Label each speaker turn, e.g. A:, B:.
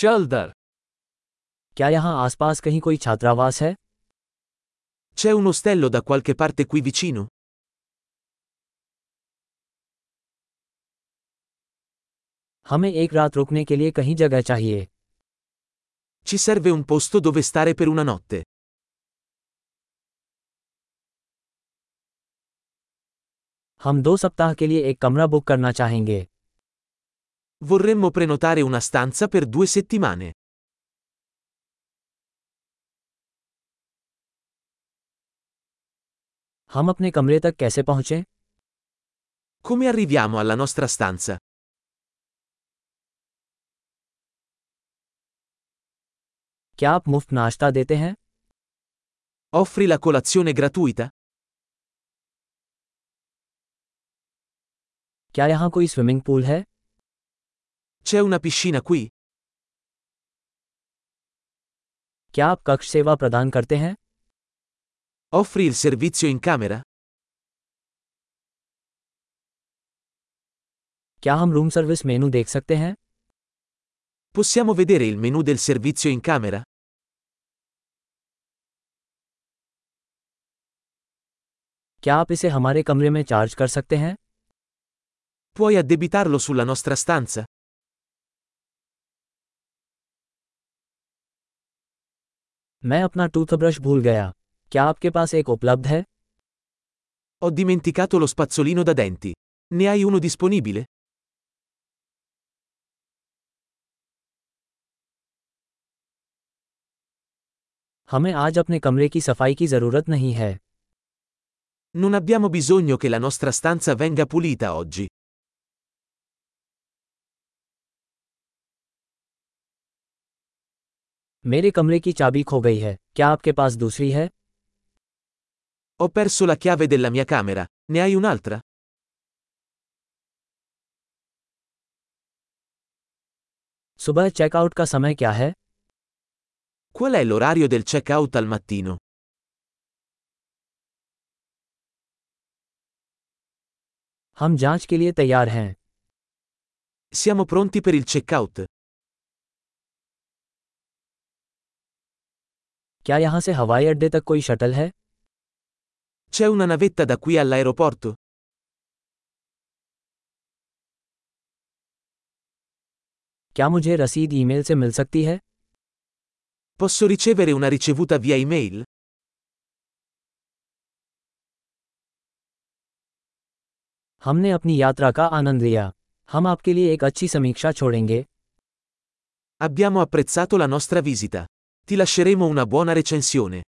A: चल दर
B: क्या यहाँ आसपास कहीं कोई छात्रावास है
A: C'è un ostello da qualche parte qui vicino?
B: हमें एक रात रुकने के लिए कहीं जगह चाहिए
A: Ci serve un posto dove stare per una notte.
B: हम दो सप्ताह के लिए एक कमरा बुक करना चाहेंगे
A: Vorremmo prenotare una stanza per due settimane.
B: हम अपने कमरे तक कैसे पहुँचें
A: Come arriviamo alla nostra stanza?
B: क्या आप मुफ्त नाश्ता देते हैं
A: Offri la colazione gratuita?
B: क्या यहाँ कोई स्विमिंग पूल है
A: C'è una piscina qui?
B: क्या आप कक्ष सेवा प्रदान करते हैं
A: Offri il servizio in camera?
B: क्या हम रूम सर्विस मेनू देख सकते हैं
A: Possiamo vedere il menu del servizio in camera?
B: क्या आप इसे हमारे कमरे में चार्ज कर सकते हैं
A: Puoi addebitarlo sulla nostra stanza?
B: मैं अपना टूथब्रश भूल गया क्या आपके पास एक उपलब्ध है
A: Ho dimenticato lo spazzolino da denti. Ne hai uno disponibile?
B: हमें आज अपने कमरे की सफाई की ज़रूरत नहीं है
A: Non abbiamo bisogno che la nostra stanza venga pulita oggi.
B: मेरे कमरे की चाबी खो गई है क्या आपके पास दूसरी है
A: Ho perso la chiave della mia camera. Ne hai un'altra?
B: सुबह चेकआउट का समय क्या है
A: Qual è l'orario del check-out al mattino?
B: हम जांच के लिए तैयार हैं
A: Siamo pronti per il check-out.
B: क्या यहाँ से हवाई अड्डे तक कोई शटल है
A: C'è una navetta da qui all'aeroporto?
B: क्या मुझे रसीद ईमेल से मिल सकती है
A: Posso ricevere una ricevuta via email?
B: हमने अपनी यात्रा का आनंद लिया हम आपके लिए एक अच्छी समीक्षा छोड़ेंगे
A: Abbiamo apprezzato la nostra visita. Ti lasceremo una buona recensione.